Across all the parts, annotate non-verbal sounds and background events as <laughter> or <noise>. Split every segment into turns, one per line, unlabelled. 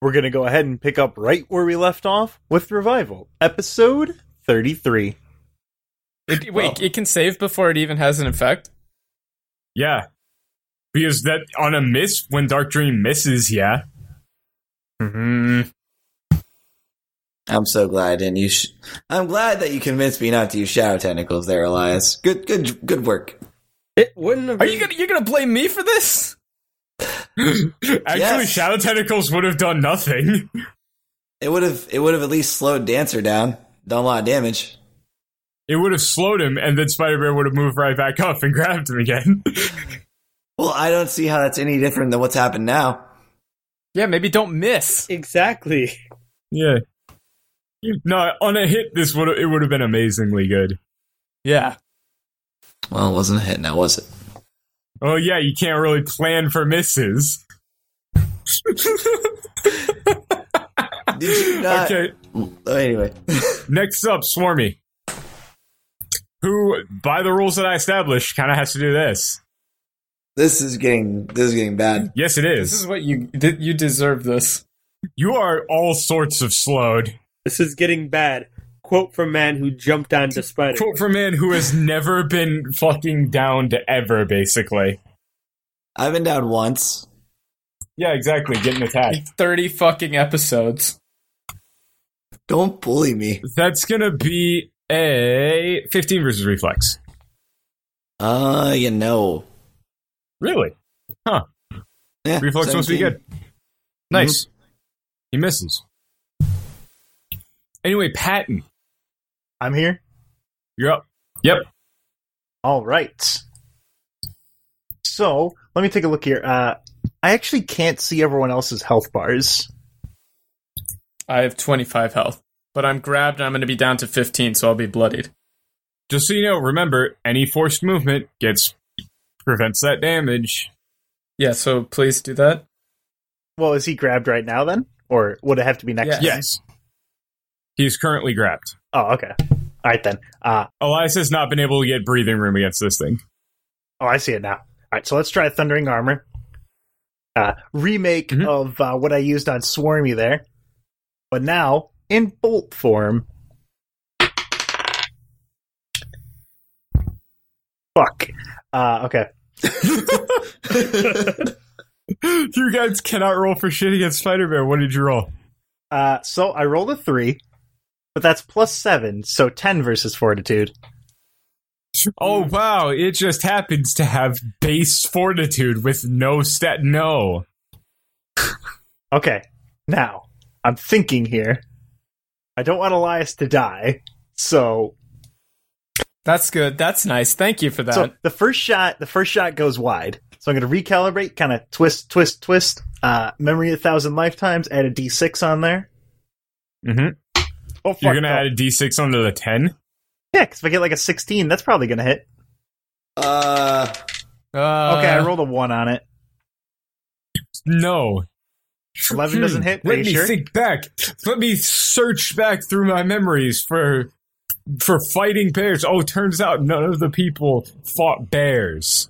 We're going to go ahead and pick up right where we left off with Revival, episode 33.
It, <laughs> wait, it can save before it even has an effect.
Yeah. Because that on a miss when Dark Dream misses, yeah.
Mm-hmm.
I'm so glad I didn't use. Sh- I'm glad that you convinced me not to use shadow tentacles there, Elias. Good, good, good work.
It wouldn't have
Are
been-
you gonna you're gonna blame me for this?
Actually,
Yes.
Shadow Tentacles would have done nothing.
It would have, it would have at least slowed Dancer down. Done a lot of damage.
It would have slowed him, and then Spider Man would have moved right back up and <laughs> grabbed him again.
Well, I don't see how that's any different than what's happened now.
Yeah, maybe don't miss.
exactly.
yeah. No, on a hit, this would it would have been amazingly good.
Yeah.
Well, it wasn't a hit now, was it?
<laughs> Oh yeah, you can't really plan for misses.
Did you not?
okay,
Oh, Anyway, <laughs>
next up, Swarmy, who by the rules that I established kind of has to do this.
this is getting, this is getting bad.
Yes, it
This
is.
is what you th- you deserve this.
You are all sorts of slowed.
This is getting bad. Quote from man who jumped onto spider.
quote from man who has never been fucking downed ever, basically.
I've been down once.
Yeah, exactly. Getting attacked.
Thirty fucking episodes.
Don't bully me.
That's gonna be a fifteen versus reflex.
Uh, you know.
Really?
Yeah,
Reflex must be
17.
good. Nice. He misses. Anyway, Patton,
I'm here.
you're up. Yep.
All right. So let me take a look here. Uh, I actually can't see everyone else's health bars.
I have twenty five health. But I'm grabbed and I'm gonna be down to fifteen, so I'll be bloodied.
Just so you know, remember any forced movement gets prevents that damage.
Yeah, so please do that.
Well, is he grabbed right now then? Or would it have to be next
Yeah.
time?
Yes. He's currently grabbed.
Oh, okay. All right then. Uh,
Elias has not been able to get breathing room against this thing.
oh, I see it now. All right, so let's try Thundering Armor. Uh, remake
Mhm.
of uh, what I used on Swarmy there, but now in bolt form. Fuck. Uh, okay.
<gasps> you guys cannot roll for shit against Spider Man. What did you roll?
Uh, so I rolled a three, but that's plus seven, so ten versus fortitude.
Oh wow! It just happens to have base fortitude with no stat. No,
Okay, now I'm thinking here. I don't want Elias to die, so
That's good. That's nice. Thank you for that.
so the first shot, the first shot goes wide. So I'm going to recalibrate, kind of twist, twist, twist. Uh, memory a thousand lifetimes. Add a d6 on there.
Mhm.
Oh, fuck,
you're gonna
no.
add a d6 onto the ten.
yeah, because if I get like a 16, that's probably going to hit.
Uh,
Uh,
Okay, I rolled a one on it.
No,
11 doesn't hit. Are
Let
you
me
sure?
think back. Let me search back through my memories for for fighting bears. Oh, turns out none of the people fought bears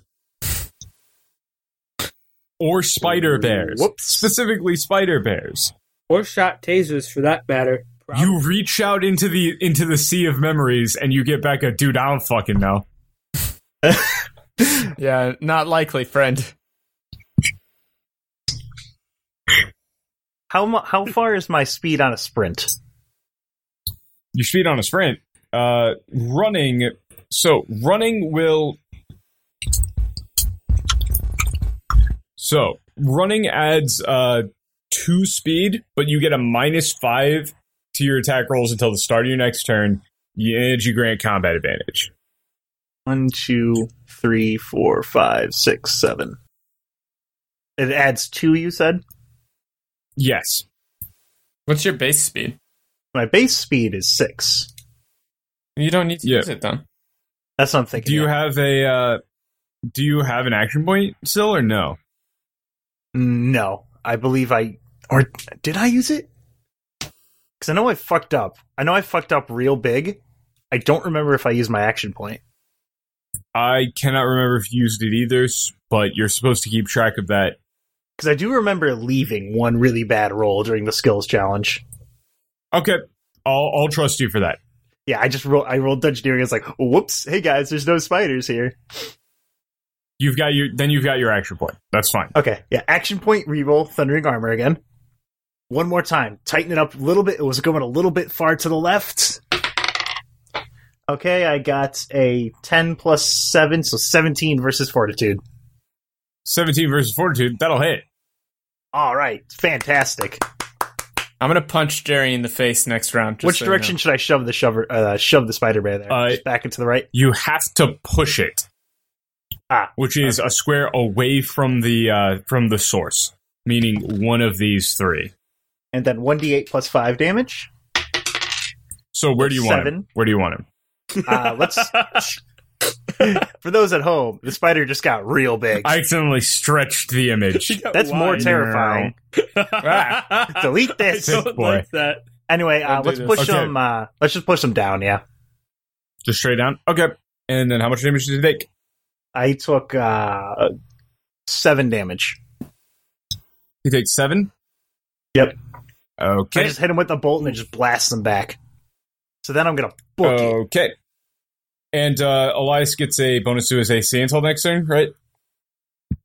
or spider bears.
Whoops.
Specifically, spider bears.
or shot tasers for that matter.
You reach out into the into the sea of memories and you get back a dude, I don't fucking know.
Yeah, not likely, friend.
How mu- how far is my speed on a sprint?
You speed on a sprint. Uh running so running will So running adds uh two speed, but you get a minus five to your attack rolls until the start of your next turn. And you grant combat advantage.
One, two, three, four, five, six, seven. It adds two. You said
Yes.
What's your base speed?
my base speed is six.
You don't need to
Yeah.
use it then.
That's what I'm thinking.
Do you
of.
have a uh do you have an action point still or no?
No, I believe I or did I use it? Because I know I fucked up. I know I fucked up real big. I don't remember if I used my action point.
I cannot remember if you used it either, s- but you're supposed to keep track of that
Because I do remember leaving one really bad roll during the skills challenge.
Okay, I'll I'll trust you for that.
Yeah, I just rolled. I rolled Dungeoneering. It's like, whoops! Hey guys, there's no spiders here.
You've got your then you've got your action point. That's fine.
Okay, yeah. Action point reroll thundering armor again. One more time. Tighten it up a little bit. It was going a little bit far to the left. Okay, I got a ten plus seven, so seventeen versus fortitude.
Seventeen versus fortitude. That'll hit.
All right, fantastic.
I'm gonna punch Jerry in the face next round. just
Which
so you know.
direction should I shove the shover? Uh, shove the spider bear there?
Uh,
Just back into the right.
You have to push it.
Ah,
which is a square away from the uh, from the source, meaning one of these three.
and then 1d8 plus 5 damage.
So where do you want
Seven.
him? Where do you want him?
Uh,
<laughs>
let's. For those at home, the spider just got real big.
I accidentally stretched the
<laughs>
image.
That's more
<laughs>
terrifying.
Ah.
Delete
<laughs>
this.
don't- boy.
like that.
Anyway, uh,
Don't do
let's
this.
push
Okay.
them. Uh, let's just push them down. Yeah,
Just straight down. Okay. And then how much damage did you take?
I took uh, seven damage.
He takes seven.
Yep. I
Okay.
just hit him with a bolt and it just blasts them back. So then I'm gonna book it.
Okay. And uh, Elias gets a bonus to his AC until next turn, right?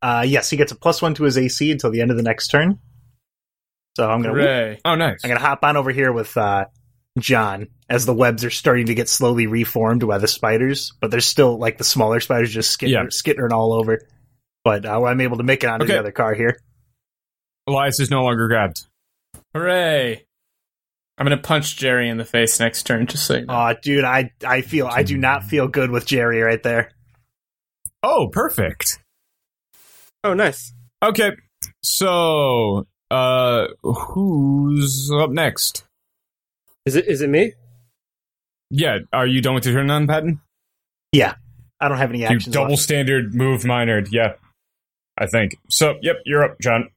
Uh, yes, he gets a plus one to his AC until the end of the next turn. So I'm gonna
Hooray.
Oh, nice.
I'm gonna hop on over here with uh, John as the webs are starting to get slowly reformed by the spiders, but there's still like the smaller spiders just skittering,
Yeah.
skittering all over. But uh, I'm able to make it onto
Okay.
the other car here.
Elias is no longer grabbed.
Hooray. I'm gonna punch Jerry in the face next turn, just so you know.
Aw, dude, I I feel I do not feel good with Jerry right there.
Oh, perfect.
Oh, nice.
Okay. So, uh, who's up next?
Is it? Is it me?
Yeah. Are you done with your turn on, Patton?
I don't have any
You
actions.
double
left.
standard move minored. Yeah. I think. So, yep, you're up, John.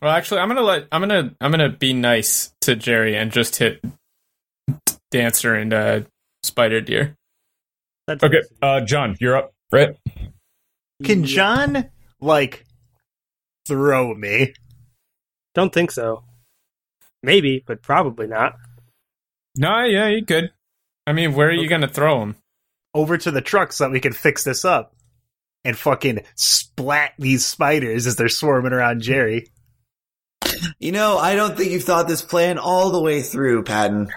Well, actually, I'm gonna let I'm gonna I'm gonna be nice to Jerry and just hit Dancer and uh, Spider Deer.
That's
Okay. Uh, John, you're up. Right.
Can John like throw me?
Don't think so. Maybe, but probably not.
Nah, yeah, you could.
I mean, where are you gonna throw him?
over to the truck so that we can fix this up and fucking splat these spiders as they're swarming around Jerry.
You know, I don't think you've thought this plan all the way through, Patton.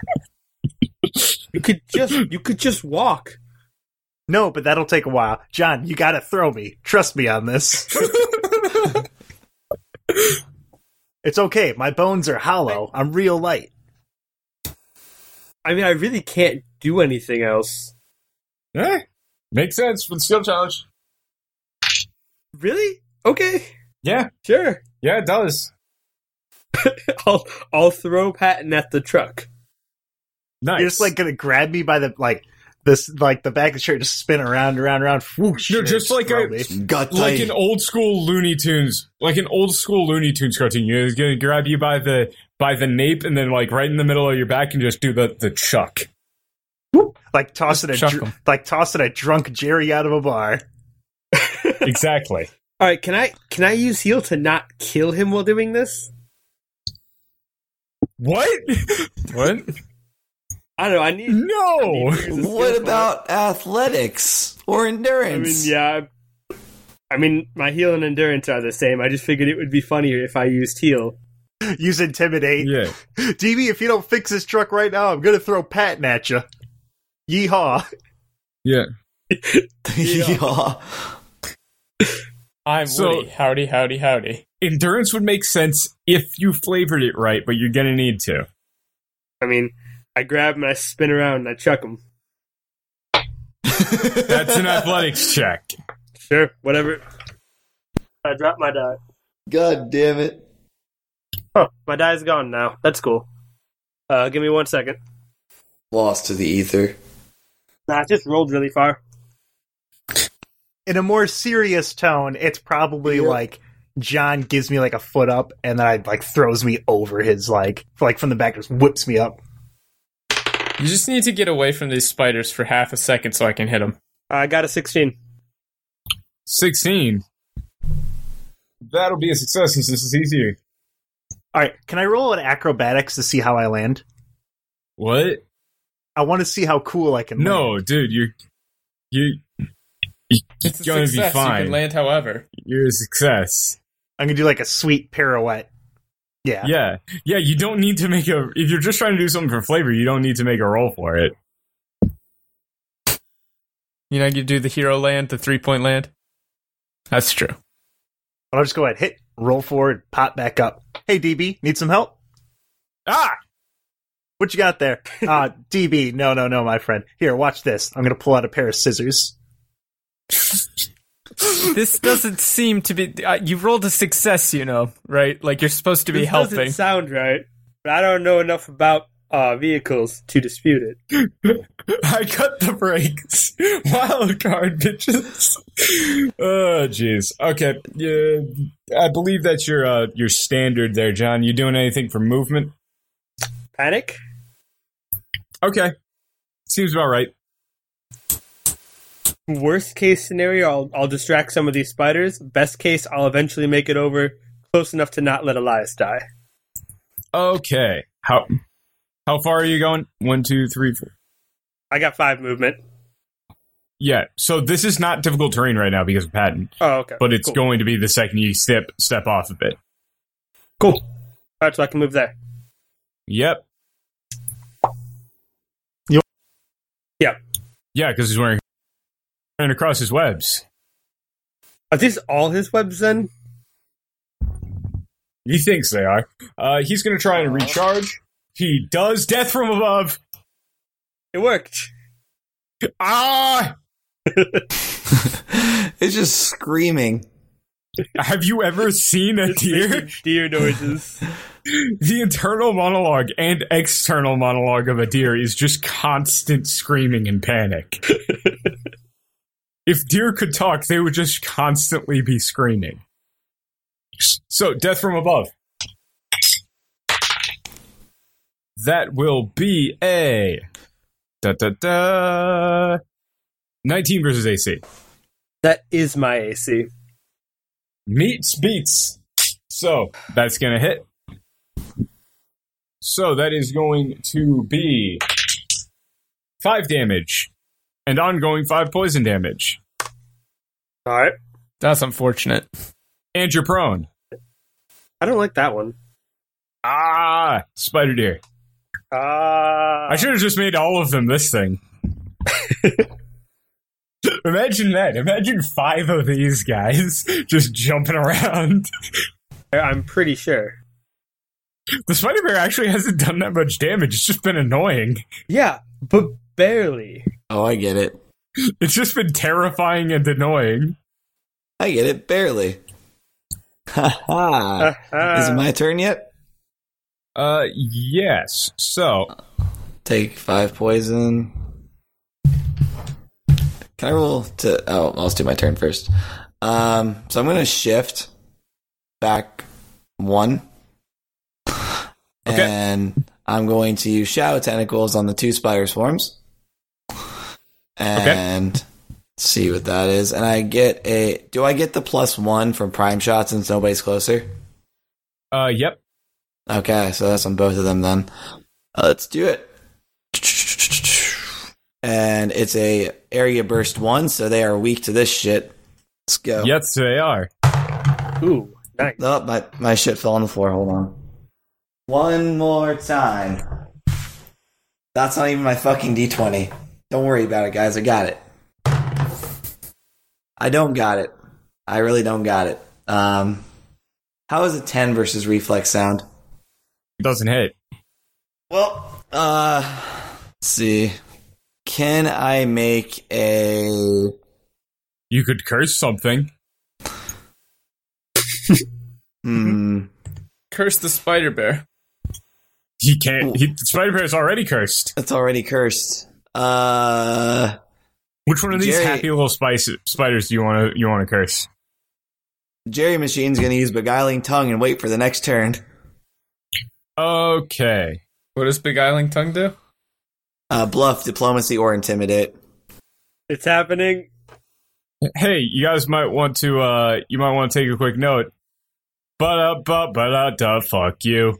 You could just you could just walk.
No, but that'll take a while. John, you gotta throw me. Trust me on this. it's okay. My bones are hollow. I'm real light.
I mean, I really can't do anything else.
Yeah. Eh, Makes sense for the skill challenge.
Really? Okay.
Yeah.
Sure. <laughs>
Yeah, it does.
I'll I'll throw Patton at the truck.
Nice.
You're just like gonna grab me by the like this like the back of the shirt just spin around, around, around. Whoosh,
No,
and
just like
throw
a-
me.
Gut
like
tight.
an old school Looney Tunes, like an old school Looney Tunes cartoon. You're gonna grab you by the by the nape and then like right in the middle of your back and just do the the chuck.
like tossing a
Chuck
dr-
'em.
like tossing a drunk Jerry out of a bar. <laughs>
exactly. <laughs>
All right. Can I can I use heal to not kill him while doing this?
What?
What?
I don't know. I need. Oh,
no.
<laughs>
What about athletics or
I mean,
endurance?
yeah. I- I mean, my heal and endurance are the same. I just figured it would be funnier if I used heal.
Use intimidate.
Yeah.
DB, if you don't fix this truck right now, I'm gonna throw Patton at you. Yeehaw!
Yeah.
<laughs> Yeah.
I'm
So-
Woody. Howdy, howdy, howdy.
Endurance would make sense if you flavored it right, but you're gonna need to.
I mean, I grab him, I spin around, and I chuck him.
That's an <laughs> athletics check.
Sure, whatever. I dropped my die.
God damn it.
Oh, my die's gone now. That's cool. Uh, give me one second.
Lost to the ether. <laughs>
Nah, it just rolled really far.
In a more serious tone, it's probably
Yeah.
like John gives me like a foot up, and then I like throws me over his like like from the back, just whips me up.
You just need to get away from these spiders for half a second so I can hit them.
I got a 16.
Sixteen. that'll be a success since this is easier.
All right, can I roll an acrobatics to see how I land?
What?
I want to see how cool I can. land.
No, dude, you're you you're
It's a
gonna be
success. You
fine.
can land however.
you're a success.
I'm gonna do like a sweet pirouette. Yeah.
Yeah, yeah. You don't need to make a. If you're just trying to do something for flavor, you don't need to make a roll for it. <laughs>
You know, you do the hero land, the three point land. That's true.
But I'll just go ahead, hit, roll forward, pop back up. Hey, DB, need some help?
Ah,
What you got there? Uh, DB, no, no, no, my friend. Here, watch this. I'm gonna pull out a pair of scissors.
This doesn't seem to be. Uh, you rolled a success, you know, right? Like you're supposed to be
This
helping.
doesn't
<laughs>
sound right, but I don't know enough about uh, vehicles to dispute it.
I cut the
<laughs>
brakes. Wild card, bitches. oh, jeez. Okay. Yeah, I believe that's your uh, your standard there, John. You doing anything for movement?
Panic?
Okay. Seems about right.
Worst case scenario, I'll, I'll distract some of these spiders. Best case, I'll eventually make it over close enough to not let Elias die.
Okay. How how far are you going? One, two, three, four.
I got five movement.
Yeah. So this is not difficult terrain right now because of Patton,
Oh, okay.
but it's
cool.
going to be the second you step step off of it.
Cool. All right, so I can move there.
Yep.
You-
Yeah.
Yeah, because he's wearing and across his webs.
Are these all his webs then?
He thinks they are. Uh, he's going to try and recharge. He does. Death from above.
It worked.
Ah!
it's just screaming.
Have you ever seen a deer?
Deer noises.
The internal monologue and external monologue of a deer is just constant screaming and panic. if deer could talk, they would just constantly be screaming. So, death from above. That will be a da da da. 19 versus AC.
that is my AC.
Meets beats. So that's gonna hit. So that is going to be five damage and ongoing five poison damage.
All right.
That's unfortunate.
And you're prone.
I don't like that one.
Ah, spider deer.
Ah.
I should have just made all of them this thing. <laughs> Imagine that. Imagine five of these guys <laughs> just jumping around. <laughs>
I'm pretty sure.
The spider bear actually hasn't done that much damage. It's just been annoying.
Yeah, but barely.
Oh, I get it.
It's just been terrifying and annoying.
I get it barely. <laughs> Ha ha. Is it my turn yet?
Uh, yes. So,
Take five poison. Can I roll to? Oh, I'll just do my turn first. Um, so I'm gonna shift back one,
Okay.
and I'm going to use shadow tentacles on the two spider swarms, and see what that is. And I get a. Do I get the plus one from prime shots since nobody's closer?
uh, yep.
Okay, so that's on both of them then. Uh, let's do it. And it's a area burst one, so they are weak to this shit. Let's go.
Yes, they are.
Ooh, nice.
Oh, my, my shit fell on the floor. Hold on. One more time. That's not even my fucking D20. Don't worry about it, guys. I got it. I don't got it. I really don't got it. Um, how is a 10 versus reflex sound?
Doesn't hit.
Well, uh, let's see. Can I make a?
You could curse something.
Hmm.
Curse the spider bear.
He can't. He, Spider Bear's already cursed.
That's already cursed. Uh,
Which one of these
Jerry-
happy little spice, spiders do you want to you want to curse?
Jerry Machine's gonna use beguiling tongue and wait for the next turn.
Okay.
What does beguiling tongue do?
Uh, bluff, diplomacy, or intimidate.
It's happening.
Hey, you guys might want to uh you might want to take a quick note. ba ba ba da fuck you.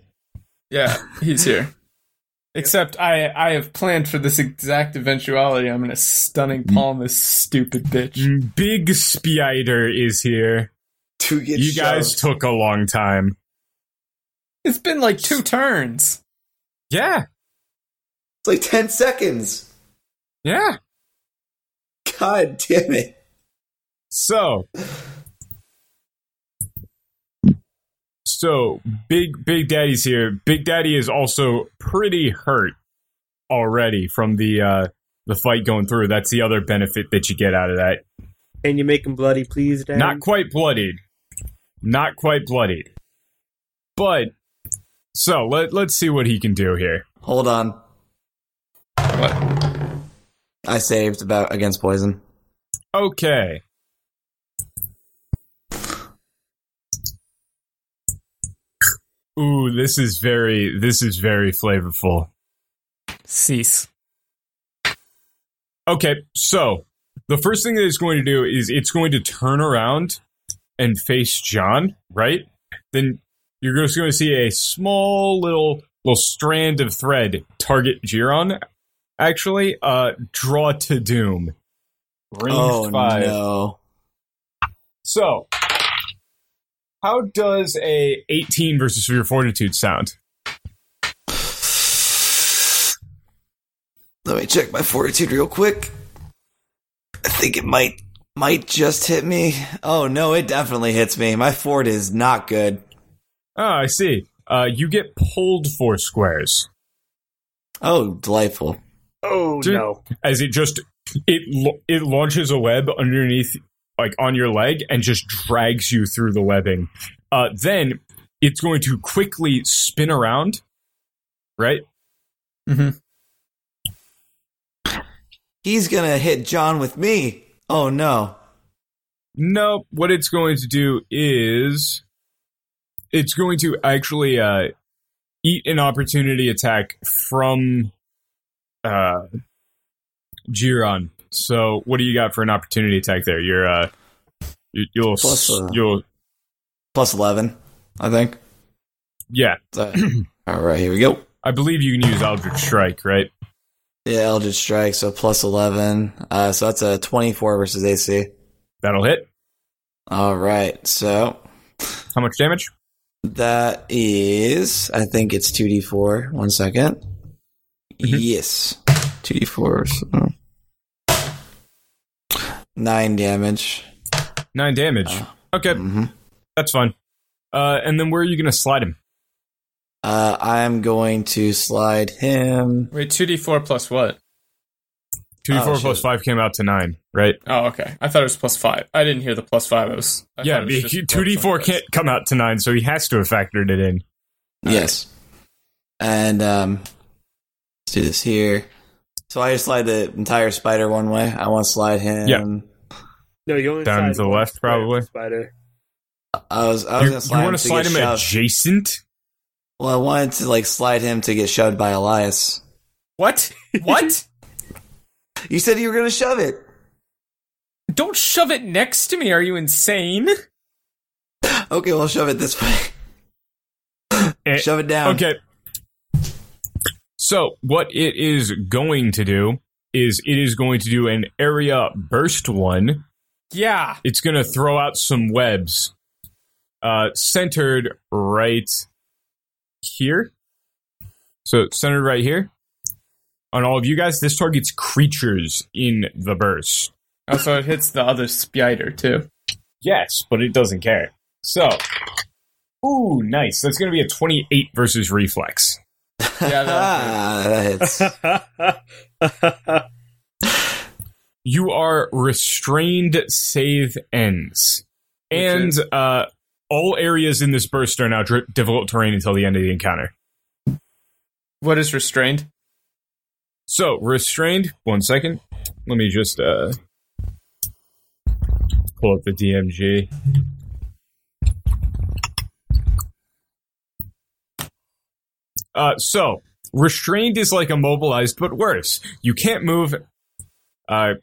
Yeah, he's here. <laughs> Except I, I have planned for this exact eventuality. I'm gonna stunning
Mm.
palm this stupid bitch.
Big Spider is here.
Two gets
you guys
shoved.
took a long time.
It's been like two turns.
Yeah,
It's like 10 seconds.
yeah.
God damn it.
So, so big Big Daddy's here. Big Daddy is also pretty hurt already from the uh, the fight going through. That's the other benefit that you get out of that.
Can you make him bloody, please, Dad?
Not quite bloodied. Not quite bloodied. But so let let's see what he can do here.
Hold on.
What?
I saved about against poison.
Okay. Ooh, this is very this is very flavorful.
Cease.
Okay, so the first thing that it's going to do is it's going to turn around and face John, right? Then you're just going to see a small little little strand of thread target Giron. Actually, uh, draw to doom. Range
oh,
five.
no.
So, how does a 18 versus your fortitude sound?
Let me check my fortitude real quick. I think it might might just hit me. Oh no, it definitely hits me. My fort is not good.
Oh, I see. Uh, you get pulled four squares
Oh, delightful.
Oh
Dude.
no! <laughs>
as it just it lo- it launches a web underneath, like on your leg, and just drags you through the webbing. Uh, then it's going to quickly spin around, right?
He's gonna hit John with me. Oh no.
No, what it's going to do is it's going to actually uh, eat an opportunity attack from uh, Giron. So, what do you got for an opportunity attack there? You're uh, you, you'll s-
Plus, uh,
you'll
Plus eleven, I think.
yeah.
So- all right, here we go.
I believe you can use Eldritch Strike, right?
Yeah, Eldritch Strike, so plus eleven. Uh, so that's a twenty-four versus AC.
That'll hit.
All right, so
How much damage?
that is, I think it's two d four. One second.
Mm-hmm.
Yes, two d four. Nine damage.
Nine damage. Okay,
hmm
that's fine. Uh, and then where are you going to slide him?
Uh, I'm going to slide him.
Wait, two d four plus what?
Two d
Oh,
four
shit.
plus five came out to nine, right?
Oh, okay. I thought it was plus five. I didn't hear the plus five. I was I
yeah,
thought it was
two
just
D four
plus one.
can't come out to nine, so he has to have factored it in.
yes. And um, let's do this here. So I just slide the entire spider one way. I want to slide him.
Yeah.
no, you only
Down to
slide
the
one
left,
square,
probably.
Spider.
I was I was
You,
gonna slide him
want
to
to slide
get
him
shoved.
adjacent?
well, I wanted to like slide him to get shoved by Elias.
<laughs> What? What?
You said you were gonna shove it.
Don't shove it next to me. Are you insane?
Okay, well shove it this way.
Eh,
shove it down.
Okay. So what it is going to do is it is going to do an area burst one.
Yeah.
It's going to throw out some webs, uh, centered right here. So centered right here on all of you guys. This targets creatures in the burst.
Oh, so it hits the other spider too.
Yes, but it doesn't care. So, ooh, nice. That's going to be a 28 versus reflex.
Yeah. that'll <laughs> hit.
Ah, that
<laughs>
hits.
<laughs>
You are restrained save ends. And uh, all areas in this burst are now dri- difficult terrain until the end of the encounter.
what is restrained?
So, restrained, one second. Let me just uh, pull up the DMG. Uh, so, restrained is like immobilized, but worse. You can't move uh,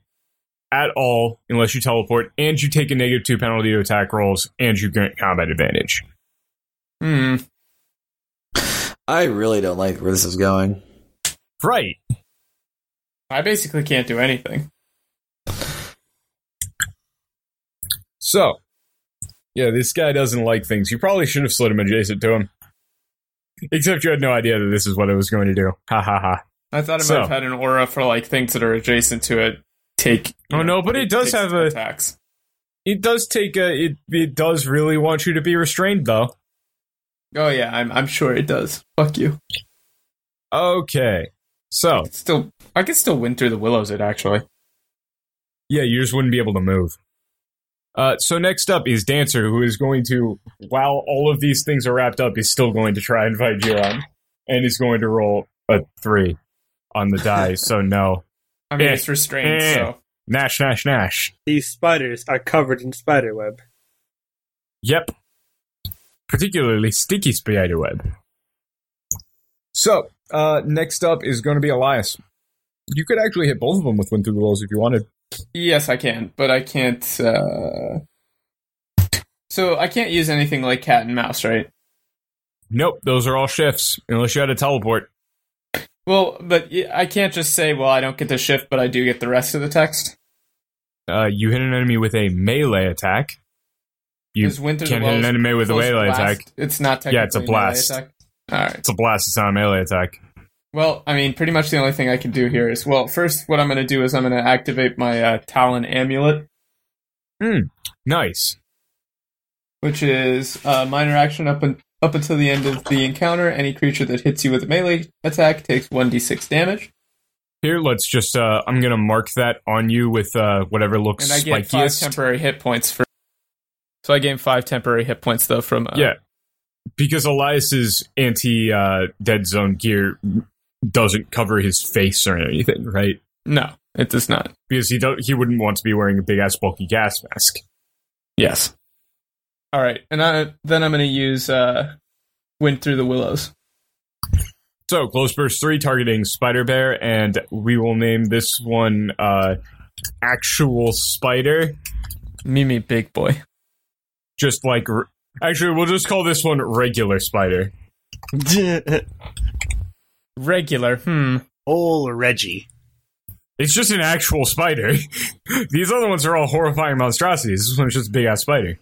at all unless you teleport, and you take a negative two penalty to attack rolls, and you grant combat advantage.
Hmm.
I really don't like where this is going.
Right.
I basically can't do anything.
So, yeah, this guy doesn't like things. You probably should have slid him adjacent to him. Except you had no idea that this is what I was going to do. Ha ha ha.
I thought it
So-
might have had an aura for like things that are adjacent to it. Take. you
Oh, no, but it does
takes
have a-
attacks.
It does take a. It, it does really want you to be restrained, though.
Oh yeah, I'm I'm sure it does. Fuck you.
Okay. So,
Still, I could still win through the willows. It actually.
yeah, you just wouldn't be able to move. Uh, so next up is Dancer, who is going to, while all of these things are wrapped up, is still going to try and fight Jiron, and is going to roll a three on the die. so no,
I mean,
Yeah.
it's restrained,
Yeah.
so
Nash, Nash, Nash.
These spiders are covered in spider web.
Yep. Particularly sticky spider web. So uh, next up is going to be Elias. You could actually hit both of them with one through the walls if you wanted.
yes, I can. But I can't. uh So I can't use anything like cat and mouse, right?
Nope, those are all shifts unless you had a teleport.
Well, but y- I can't just say, well, I don't get the shift, but I do get the rest of the text.
Uh, you hit an enemy with a melee attack. You
Is Winter
can't hit an enemy with a melee attack.
It's not technically
Yeah, it's a
melee
blast.
attack? All right.
It's a blast. It's not a melee attack.
Well, I mean, pretty much the only thing I can do here is well, first, what I'm going to do is I'm going to activate my uh, Talon Amulet,
Hmm. Nice.
which is uh, minor action up and up until the end of the encounter. Any creature that hits you with a melee attack takes 1d6 damage,
Here, let's just. Uh, I'm gonna mark that on you with uh, whatever looks
and I get five
spikiest.
temporary hit points for. So I gain five temporary hit points though from uh,
yeah, because Elias's anti uh, dead zone gear doesn't cover his face or anything, right?
No, it does not.
Because he don't, he wouldn't want to be wearing a big ass bulky gas mask.
Yes. All right, and I, then I'm going to use uh, Wind Through the Willows.
So close burst three targeting Spider Bear, and we will name this one uh, actual Spider.
Mimi Big Boy.
Just like r- actually, we'll just call this one regular Spider.
Regular, hmm.
Ol Reggie.
It's just an actual spider. <laughs> These other ones are all horrifying monstrosities. This one's just a big ass spider.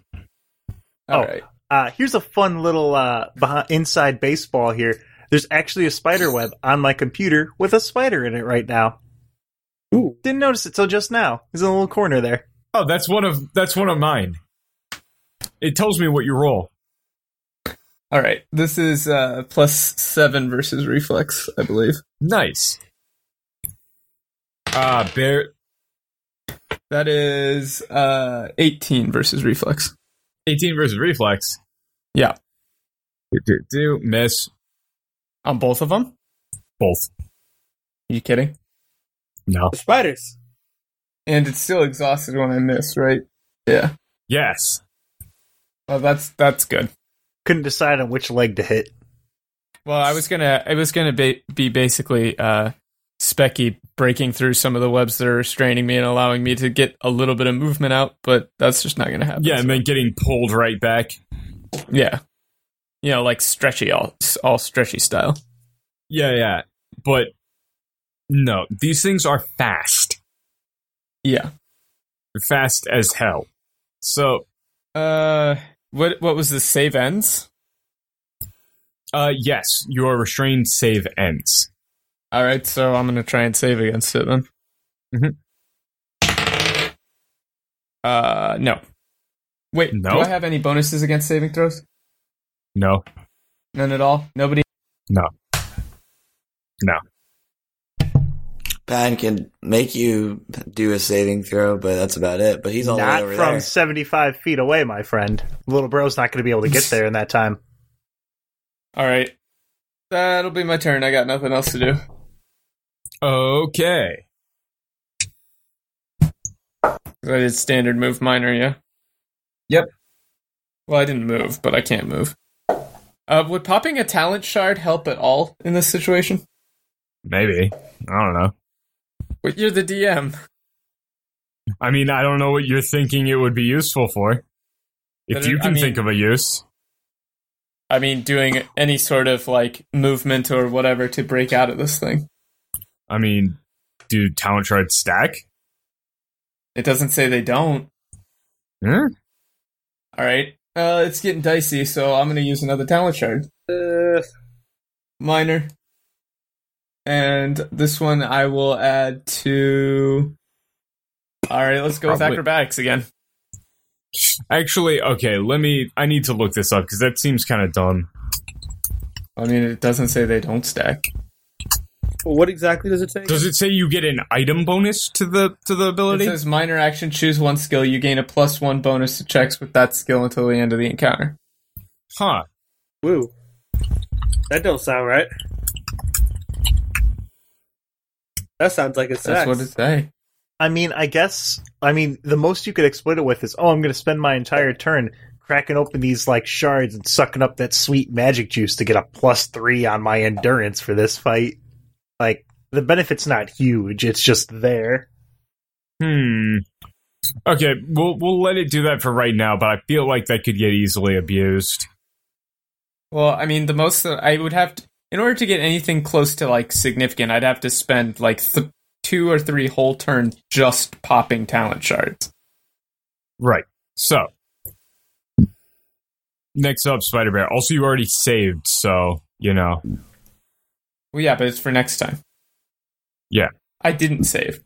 All
Oh.
right.
Uh, here's a fun little uh, behi- inside baseball here. There's actually a spider web on my computer with a spider in it right now.
Ooh.
Didn't notice it till just now. It's in a little corner there.
Oh, that's one of that's one of mine. It tells me what you roll.
All right. This is uh, plus seven versus reflex, I believe.
Nice. Ah, bear.
That is uh, 18 versus reflex.
18 versus reflex.
Yeah.
Do, do, do. Miss.
On both of them?
Both.
you kidding?
No.
The spiders.
And it's still exhausted when I miss, right? Yeah.
Yes.
Well, that's that's good.
Couldn't decide on which leg to hit.
Well, I was gonna, I was gonna ba- be basically uh, Specky breaking through some of the webs that are restraining me and allowing me to get a little bit of movement out, but that's just not gonna happen.
Yeah, and then getting pulled right back.
yeah, you know, like stretchy, all all stretchy style.
Yeah, yeah. But no, these things are fast.
Yeah.
Fast as hell. So
Uh, what what was the save ends?
Uh, yes, your restrained save ends.
All right, so I'm gonna try and save against it then.
Mhm. Mm-hmm.
Uh, no. Wait,
No?
do I have any bonuses against saving throws?
No,
None at all. Nobody.
no, no.
Pan can make you do a saving throw, but that's about it. But he's all the way
not
over
from
there.
75 feet away, my friend. Little bro's not going to be able to get there in that time.
All right. That'll be my turn. I got nothing else to do.
Okay.
'Cause I did standard move minor, yeah?
Yep.
Well, I didn't move, but I can't move. Uh, would popping a talent shard help at all in this situation?
Maybe. I don't know.
Wait, you're the DM.
I mean, I don't know what you're thinking it would be useful for. If
But
you
it- I
can
mean-
think of a use.
I mean, doing any sort of like movement or whatever to break out of this thing.
I mean, do talent shards stack?
It doesn't say they don't.
Huh?
All right. Uh, it's getting dicey, so I'm going to use another talent shard.
Uh,
Minor. And this one I will add to. All right, let's go with
Probably-
acrobatics again.
Actually, okay, let me. I need to look this up because that seems kind of dumb.
I mean, it doesn't say they don't stack.
well, what exactly does it take?
Does it say you get an item bonus to the to the
It
ability?
says minor action, choose one skill. You gain a plus one bonus to checks with that skill until the end of the encounter.
huh.
Woo. That don't sound right. That sounds like it's
That's
sex.
what it say.
I mean, I guess. I mean, the most you could exploit it with is, oh, I'm going to spend my entire turn cracking open these like shards and sucking up that sweet magic juice to get a plus three on my endurance for this fight. Like the benefit's not huge; it's just there.
Hmm. Okay, we'll we'll let it do that for right now, but I feel like that could get easily abused.
Well, I mean, the most that I would have to, in order to get anything close to like significant, I'd have to spend like th- two or three whole turns just popping talent shards.
Right. So next up, Spider Bear. Also, you already saved, so you know.
Well, yeah, but it's for next time.
Yeah.
I didn't save.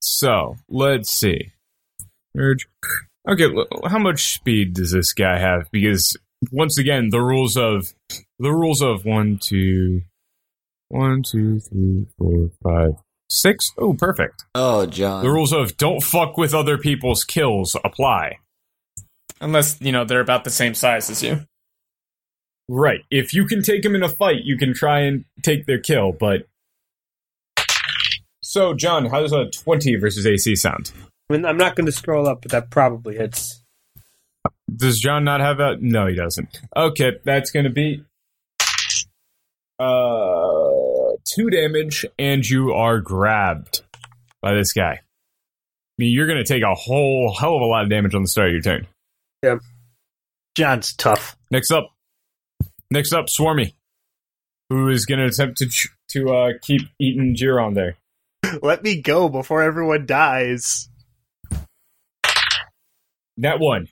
So let's see. Urge. Okay, l- how much speed does this guy have? Because once again, the rules of the rules of one, two, one, two, three, four, five, six. Oh, perfect.
Oh, John.
The rules of don't fuck with other people's kills apply.
Unless, you know, they're about the same size as you.
Right. If you can take them in a fight, you can try and take their kill, but. So, John, how does a 20 versus AC sound?
I mean, I'm not going to scroll up, but that probably hits.
Does John not have a. No, he doesn't. Okay, that's going to be. Uh, two damage, and you are grabbed by this guy. I mean, you're going to take a whole hell of a lot of damage on the start of your turn.
John's tough. <laughs>
Next up, next up, Swarmy, who is going to attempt to ch- to uh, keep eating Jiron there.
Let me go before everyone dies.
Net one.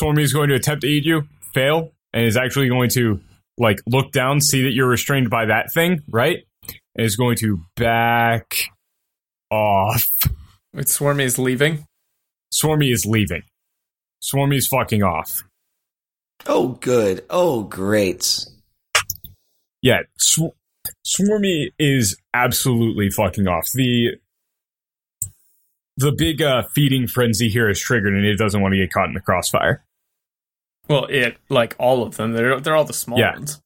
Swarmy is going to attempt to eat you, fail, and is actually going to like look down, see that you're restrained by that thing, right? And is going to back off.
Wait, Swarmy is leaving.
Swarmy is leaving. Swarmy is fucking off.
oh, good. Oh, great. <laughs>
Yeah, sw- Swarmy is absolutely fucking off. The the big uh, feeding frenzy here is triggered, and it doesn't want to get caught in the crossfire.
Well, it, like all of them, they're, they're all the small
Yeah.
ones.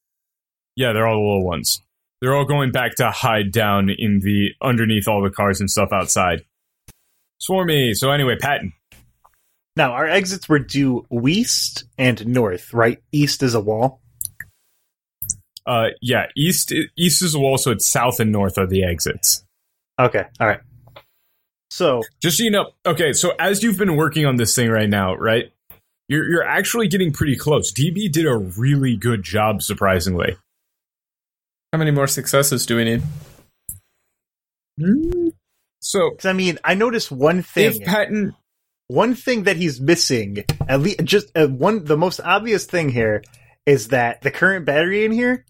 Yeah, they're all the little ones. They're all going back to hide down in the underneath all the cars and stuff outside. Swarmy. So anyway, Patton.
Now our exits were due west and north. Right, east is a wall.
Uh, yeah, east east is the wall, so it's south and north are the exits.
Okay, all right. So
Just so you know, okay. So as you've been working on this thing right now, right? You're you're actually getting pretty close. DB did a really good job, surprisingly.
How many more successes do we need?
So
'cause I mean, I noticed one thing.
if Patton,
one thing that he's missing at least just uh, one the most obvious thing here is that the current battery in here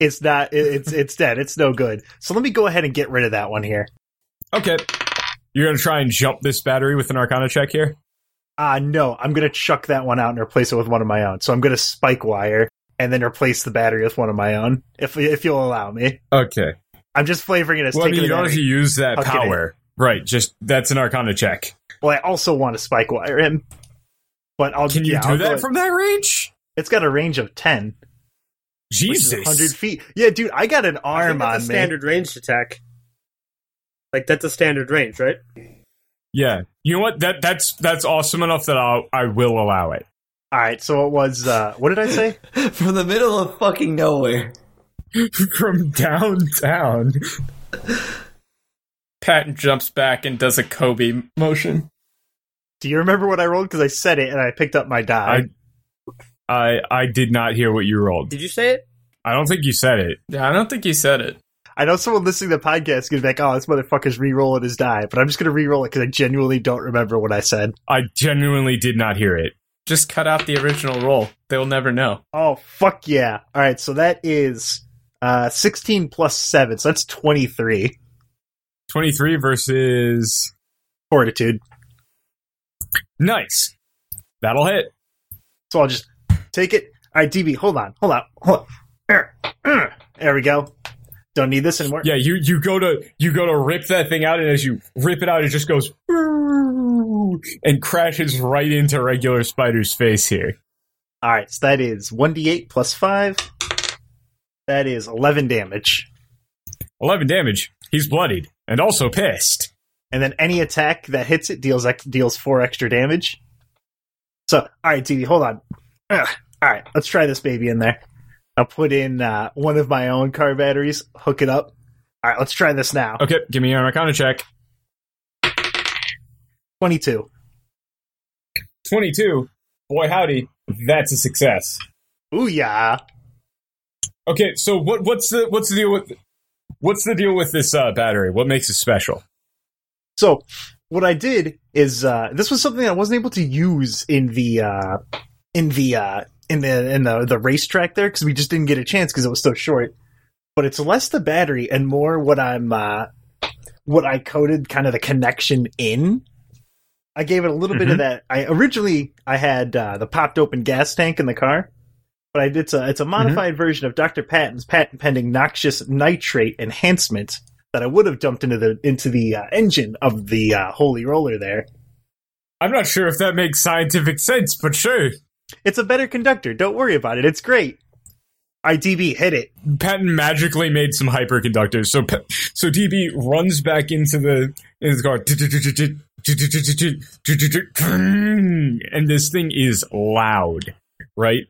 it's not it- it's it's dead it's no good so let me go ahead and get rid of that one here
okay, you're gonna try and jump this battery with an Arcana check here.
ah no i'm gonna chuck that one out and replace it with one of my own so i'm gonna spike wire and then replace the battery with one of my own if if you'll allow me
Okay.
i'm just flavoring it as
Well, I mean,
taking
you
the
don't have to
battery.
use that
I'll get it.
power. Right, just that's an Arcana check.
well i also want to spike wire him but i'll
Can you
yeah,
do
I'll go-
that from that range?
it's got a range of 10
Jesus.
100 feet yeah dude i got an
I think
arm
that's
on
a
me
standard ranged attack. Like that's a standard range, right?
Yeah. You know what? That that's that's awesome enough that I'll I will
<laughs>
allow it.
All right, so it was. Uh, what did I say?
From the middle of fucking nowhere.
from downtown.
Patton jumps back and does a Kobe motion.
Do you remember what I rolled? Because I said it and I picked up my die.
I I I did not hear what you rolled.
Did you say it?
I don't think you said it.
Yeah, I don't think he said it.
I know someone listening to the podcast is going to be like, oh, this motherfucker's re-rolling his die, but I'm just going to re-roll it because I genuinely don't remember what I said.
I genuinely did not hear it.
Just cut out the original roll. They'll never know.
Oh, fuck yeah. All right, so that is uh, 16 plus 7, so that's 23.
Twenty three versus
Fortitude.
nice. That'll hit.
So I'll just take it. All right, DB, hold on, hold on, hold on. Er, er. <clears throat> There we go. Don't need this anymore.
Yeah, you you go to you go to rip that thing out, and as you rip it out, it just goes and crashes right into regular spider's face here.
All right, so that is 1d8 plus 5. That is 11 damage.
Eleven damage. He's bloodied and also pissed.
and then any attack that hits it deals ex- deals four extra damage. So, all right, TV, hold on. Ugh. All right, let's try this baby in there. I'll put in uh, one of my own car batteries, hook it up. All right, let's try this now.
Okay, give me an Arcana check.
Twenty-two.
Twenty two. Boy howdy, that's a success.
Ooh yeah.
Okay, so what what's the what's the deal with what's the deal with this uh, battery? What makes it special?
So, what I did is uh, this was something I wasn't able to use in the uh, in the uh, in the in the the racetrack there because we just didn't get a chance because it was so short. But it's less the battery and more what I'm uh, what I coded kind of the connection in. I gave it a little bit of that. I originally I had uh, the popped open gas tank in the car, but I did it's a, it's a modified version of Dr. Patton's patent pending noxious nitrate enhancement that I would have dumped into the into the uh, engine of the uh, holy roller there.
I'm not sure if that makes scientific sense, but sure.
It's a better conductor. Don't worry about it. It's great. IDB hit it.
Patton magically made some hyperconductors. So Pa- so DB runs back into the into the car, and this thing is loud, right?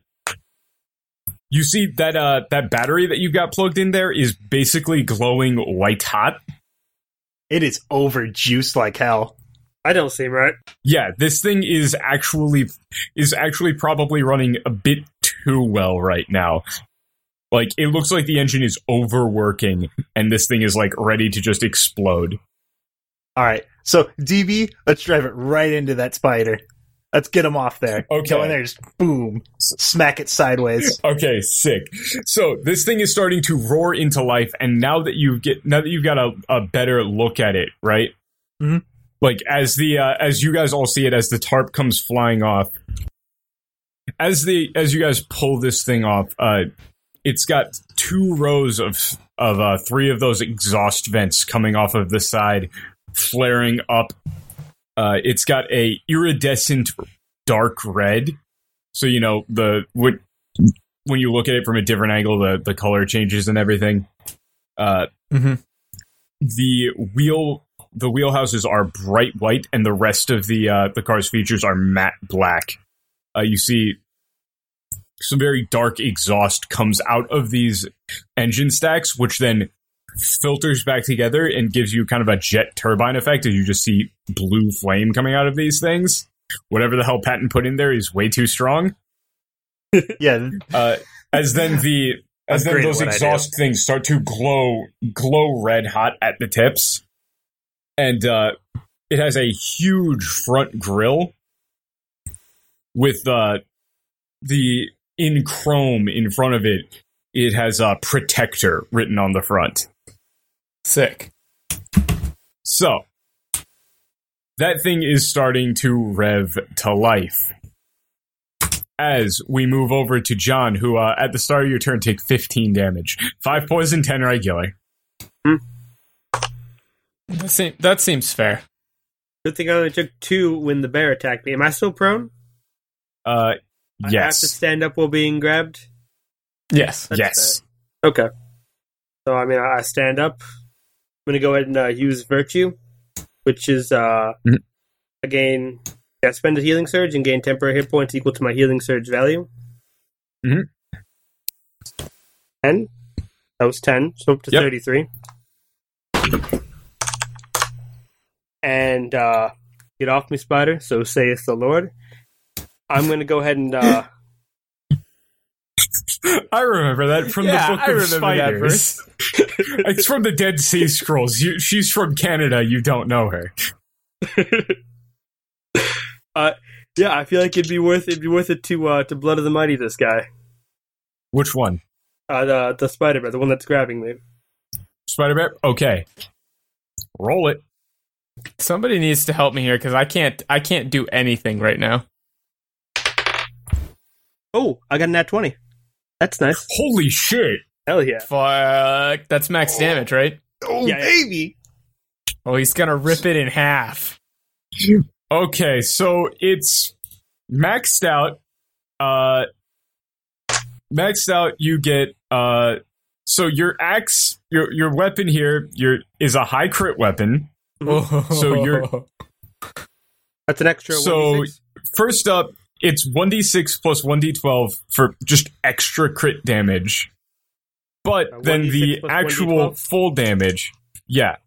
You see that uh that battery that you've got plugged in there is basically glowing white hot.
It is overjuiced like hell.
I don't seem right.
Yeah, this thing is actually is actually probably running a bit too well right now. Like it looks like the engine is overworking and this thing is like ready to just explode.
All right, so DB, let's drive it right into that spider. Let's get him off there.
Okay.
Go in there, just boom, smack it sideways.
<laughs> Okay, sick. So this thing is starting to roar into life, and now that you get now that you've got a, a better look at it, right?
Mhm.
Like as the uh, as you guys all see it, as the tarp comes flying off, as the as you guys pull this thing off, uh, it's got two rows of of uh, three of those exhaust vents coming off of the side, flaring up. Uh, it's got a iridescent dark red. So you know the what when you look at it from a different angle, the, the color changes and everything. Uh,
Mhm.
The wheel the wheelhouses are bright white, and the rest of the uh, the car's features are matte black. Uh, you see some very dark exhaust comes out of these engine stacks, which then filters back together and gives you kind of a jet turbine effect as you just see blue flame coming out of these things. Whatever the hell Patton put in there is way too strong
Yeah,
uh, as then the as
I'm
then
great at
those
what I
exhaust things start to glow glow red hot at the tips, and uh, it has a huge front grill with uh, the in chrome in front of it. It has a uh, protector written on the front.
Sick.
So that thing is starting to rev to life. As we move over to John, who uh, at the start of your turn take 15 damage, five poison, 10 regular.
That, seem, that seems fair.
Good thing I only took two when the bear attacked me. Am I still prone?
Uh,
I have to
yes,
stand up while being grabbed.
Yes.
That's
yes.
bad. Okay. So I mean, I I stand up. I'm gonna go ahead and uh, use virtue, which is uh,
Mhm.
I gain. I spend a healing surge and gain temporary hit points equal to my healing surge value.
Mhm.
Mm-hmm. Ten. That was ten. So up to
Yep.
thirty-three. And uh, get off me, spider. So saith the Lord. I'm gonna go ahead and uh,
I remember that from
Yeah,
the book
I
of
remember that
spiders. <laughs> it's from the
<laughs>
Dead Sea Scrolls. You, she's from Canada. You don't know her.
<laughs> Yeah, I feel like it'd be worth it'd be worth it to uh, to Blood of the Mighty this guy,
Which one?
uh, the the Spider Man, the one that's grabbing me.
Spider Man. Okay, roll it.
Somebody needs to help me here because I can't. I can't do anything right now.
Oh, I got an at twenty. That's nice.
Holy shit!
Hell yeah.
Fuck. That's max damage, right?
Oh,
Yeah, yeah.
baby.
Oh, he's gonna rip it in half.
Okay, so it's maxed out. Uh, maxed out. You get uh, so your axe, your your weapon here, your is a high crit
<laughs>
weapon. So you're-
That's an extra.
So-
1d6.
First up, it's one d six plus one d twelve for just extra crit damage. But
Uh,
then
1d6
the
plus
actual
1d12?
full damage, yeah,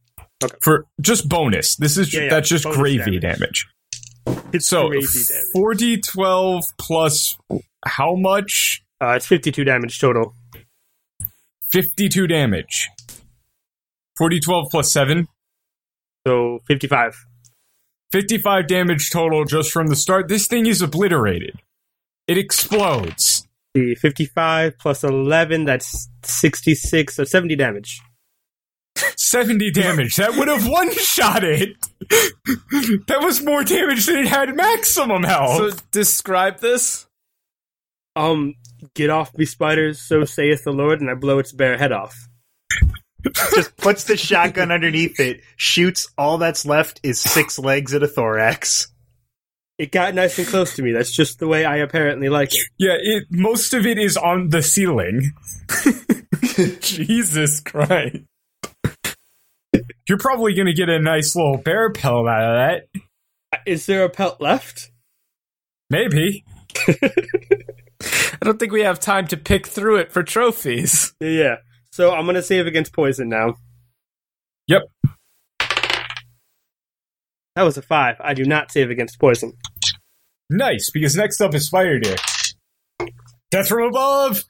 Okay.
for just bonus. This is
Yeah, yeah,
that's just
bonus
gravy
damage.
damage.
It's
So
crazy damage.
4d 12 plus how much?
Uh, it's fifty two damage total.
52 damage. 4d 12 plus 7.
So fifty five.
55 damage total just from the start. This thing is obliterated. It explodes.
The fifty five plus eleven. That's sixty six. So seventy damage.
70 damage. That would have one shot it. <laughs> that was more damage than it had maximum health.
So describe this.
Um, get off me, spiders! So saith the Lord, and I blow its bare head off.
Just puts the shotgun <laughs> underneath it, shoots. All that's left is six legs at a thorax.
It got nice and close to me. That's just the way I apparently like it.
yeah, it, most of it is on the ceiling.
<laughs> Jesus Christ.
You're probably going to get a nice little bear pelt out of that.
Is there a pelt left?
Maybe.
<laughs> I don't think we have time to pick through it for trophies.
Yeah. So I'm gonna save against poison now.
Yep.
That was a five. I do not save against poison.
Nice, because next up is Fire Deer. Death from above!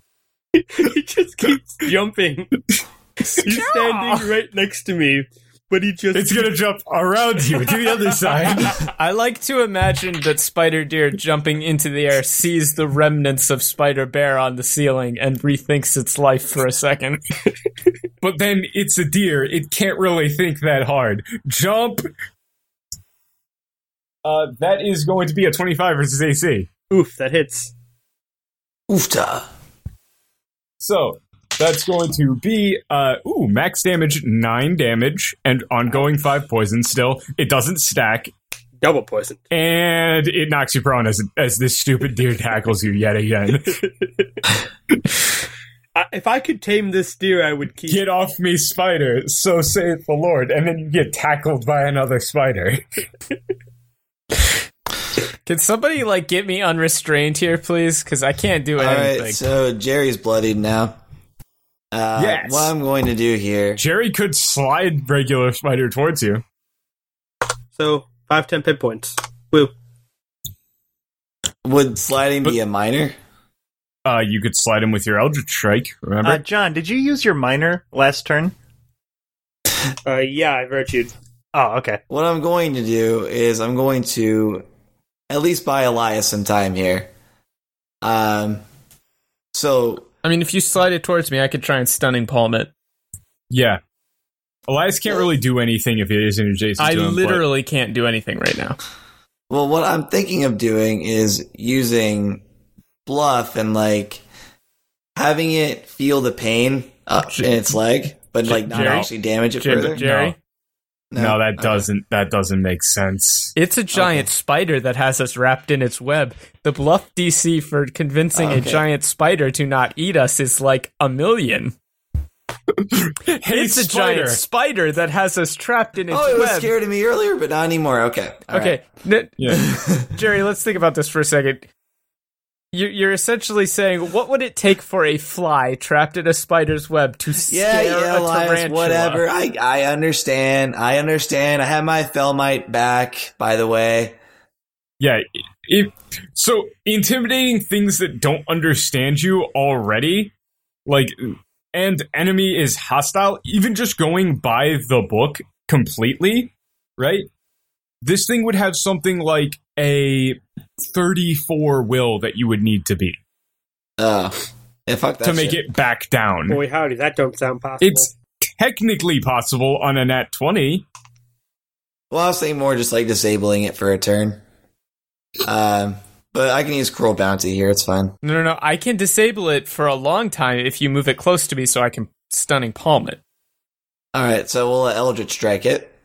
<laughs> he just keeps jumping. He's standing right next to me, but he just
It's gonna jump around you to the
<laughs>
other side.
I like to imagine that Spider Deer jumping into the air sees the remnants of Spider Bear on the ceiling and rethinks its life for a second. <laughs>
But then it's a deer. It can't really think that hard. Jump! Uh, that is going to be a 25 versus AC.
oof. That hits.
Oofta.
So, that's going to be, uh, ooh, max damage, 9 damage, and ongoing 5 poison still. It doesn't stack,
Double poison.
and it knocks you prone as, as this stupid deer <laughs> tackles you yet again.
I, if I could tame this deer, I would keep.
get off me spider so saith the lord and then you get tackled by another spider <laughs>
Can somebody like get me unrestrained here, please? Because I can't do
All
anything.
right, so Jerry's bloodied now. Uh,
Yes.
What I'm going to do here?
jerry could slide regular spider towards you
So five ten pit points. Woo.
Would sliding be a minor?
uh you could slide him with your eldritch strike remember
Uh, John, did you use your minor last turn?
Uh, yeah, I virtued.
Oh, okay.
What I'm going to do is I'm going to at least buy Elias some time here. Um, so
I mean, if you slide it towards me, I could try and stunning palm it.
yeah elias can't really do anything if it isn't adjacent
I
to him,
literally can't do anything right now.
Well, what I'm thinking of doing is using bluff and like having it feel the pain uh, in its leg, but like not
Jerry?
actually damage it
Jer-
further.
Jerry,
but- no that doesn't that doesn't make sense
it's a giant spider that has us wrapped in its web. The bluff DC for convincing a
Okay.
giant spider to not eat us is like a
<laughs>
million.
hey
it's a giant spider that has us trapped in its
Oh, it was
web.
scared of me earlier, but not anymore. Okay. all
Okay,
right.
n-
yeah
Jerry, let's think about this for a second. You're, you're essentially saying, what would it take for a fly trapped in a spider's web to
Yeah,
scare
yeah,
a
Elias,
tarantula?
whatever. I, I understand. I understand. I have my Felmite back, by the way.
<laughs> Yeah. If, so intimidating things that don't understand you already, like, and enemy is hostile, even just going by the book completely, right? This thing would have something like a 34 will that you would need to be
Uh, yeah, fuck that
to make
shit.
it back down.
Boy, howdy, that don't sound possible.
Hmm. It's technically possible on a nat 20.
Well, I was thinking more just like disabling it for a turn. Um, but I can use cruel bounty here. It's fine.
No, no, no. I can disable it for a long time if you move it close to me, so I can stunning palm it.
All right, so we'll let Eldritch strike it.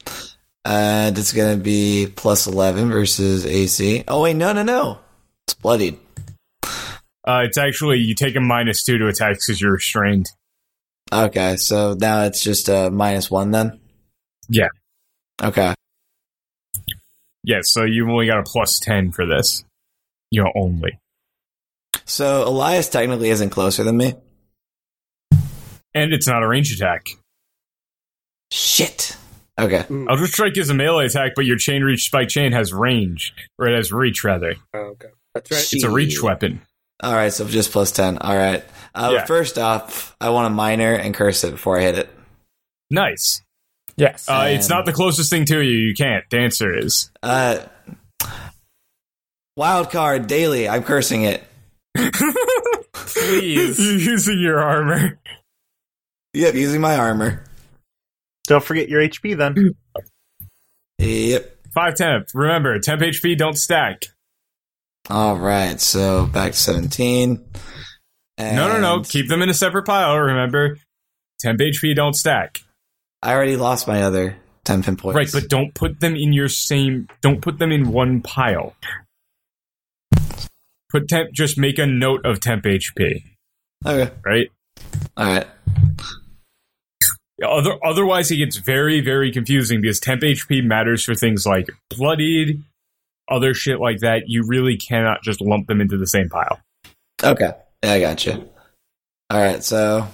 Uh, that's gonna be plus eleven versus AC. Oh wait, no, no, no. It's bloodied.
Uh, it's actually, you take a minus two to attacks because you're restrained.
Okay, so now it's just a minus one then.
Yeah.
Okay.
Yeah, so you've only got a plus 10 for this. You know, only.
So Elias technically isn't closer than me.
And it's not a range attack.
Shit. Okay.
Eldritch Strike is a melee attack, but your chain reach spike chain has range, or it has reach rather.
oh, okay. That's right.
It's a reach weapon.
All right, so just plus ten. All right. Uh,
Yeah.
First off, I want to minor and curse it before I hit it.
Nice.
Yes.
Uh, it's not the closest thing to you. You can't. Dancer is.
Uh, wild card daily. I'm cursing it.
Please.
You're <laughs> using your armor.
Yep, using my armor.
Don't forget your HP then.
Yep.
Five temp. Remember, temp HP don't stack.
All right, so back to 17. And
No, no, no. Keep them in a separate pile. Remember, temp HP don't stack.
I already lost my other 10 pin points.
Right, but don't put them in your same. Don't put them in one pile. Put temp. Just make a note of temp HP.
Okay.
Right.
All right.
Other, otherwise, it gets very, very confusing because temp HP matters for things like bloodied, other shit like that. You really cannot just lump them into the same pile.
Okay. Yeah, I got you. All right, so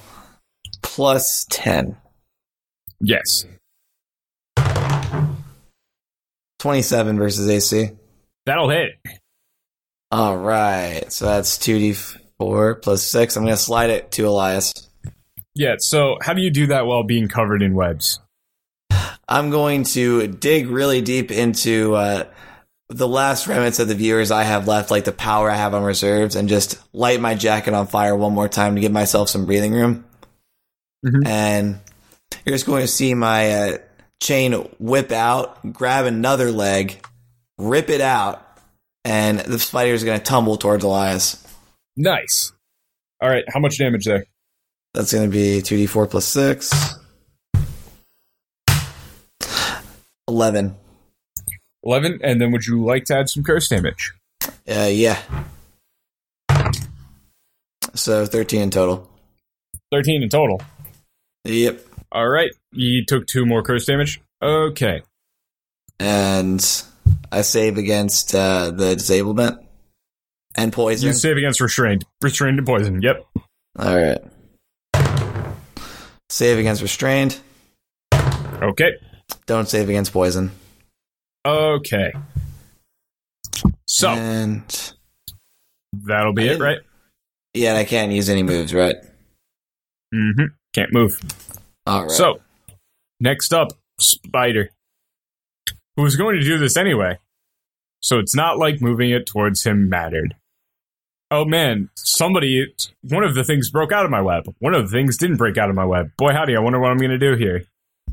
plus 10.
Yes,
27 versus AC.
that'll hit.
All right, so that's 2d4 plus 6. I'm going to slide it to Elias.
Yeah. So, how do you do that while being covered in webs?
I'm going to dig really deep into uh, the last remnants of the viewers I have left, like the power I have on reserves, and just light my jacket on fire one more time to give myself some breathing room.
Mhm.
And you're just going to see my uh, chain whip out, grab another leg, rip it out, and the spider is going to tumble towards Elias.
Nice. All right. How much damage there?
That's going to be 2d4 plus 6. 11.
Eleven. And then, would you like to add some curse damage?
Uh, yeah. So 13 in total.
13 in total.
Yep.
All right. You took two more curse damage. Okay.
And I save against uh, the disablement and poison.
You save against restrained. Restrained and poison. Yep.
All right. Save against restrained.
Okay.
Don't save against poison.
Okay. So
And
that'll be it, right?
yeah, and I can't use any moves, right?
Mm hmm. Can't move.
All right.
So next up, Spider. Who's going to do this anyway? So it's not like moving it towards him mattered. Oh man, somebody, one of the things broke out of my web. One of the things didn't break out of my web. Boy, howdy, I wonder what I'm going to do here.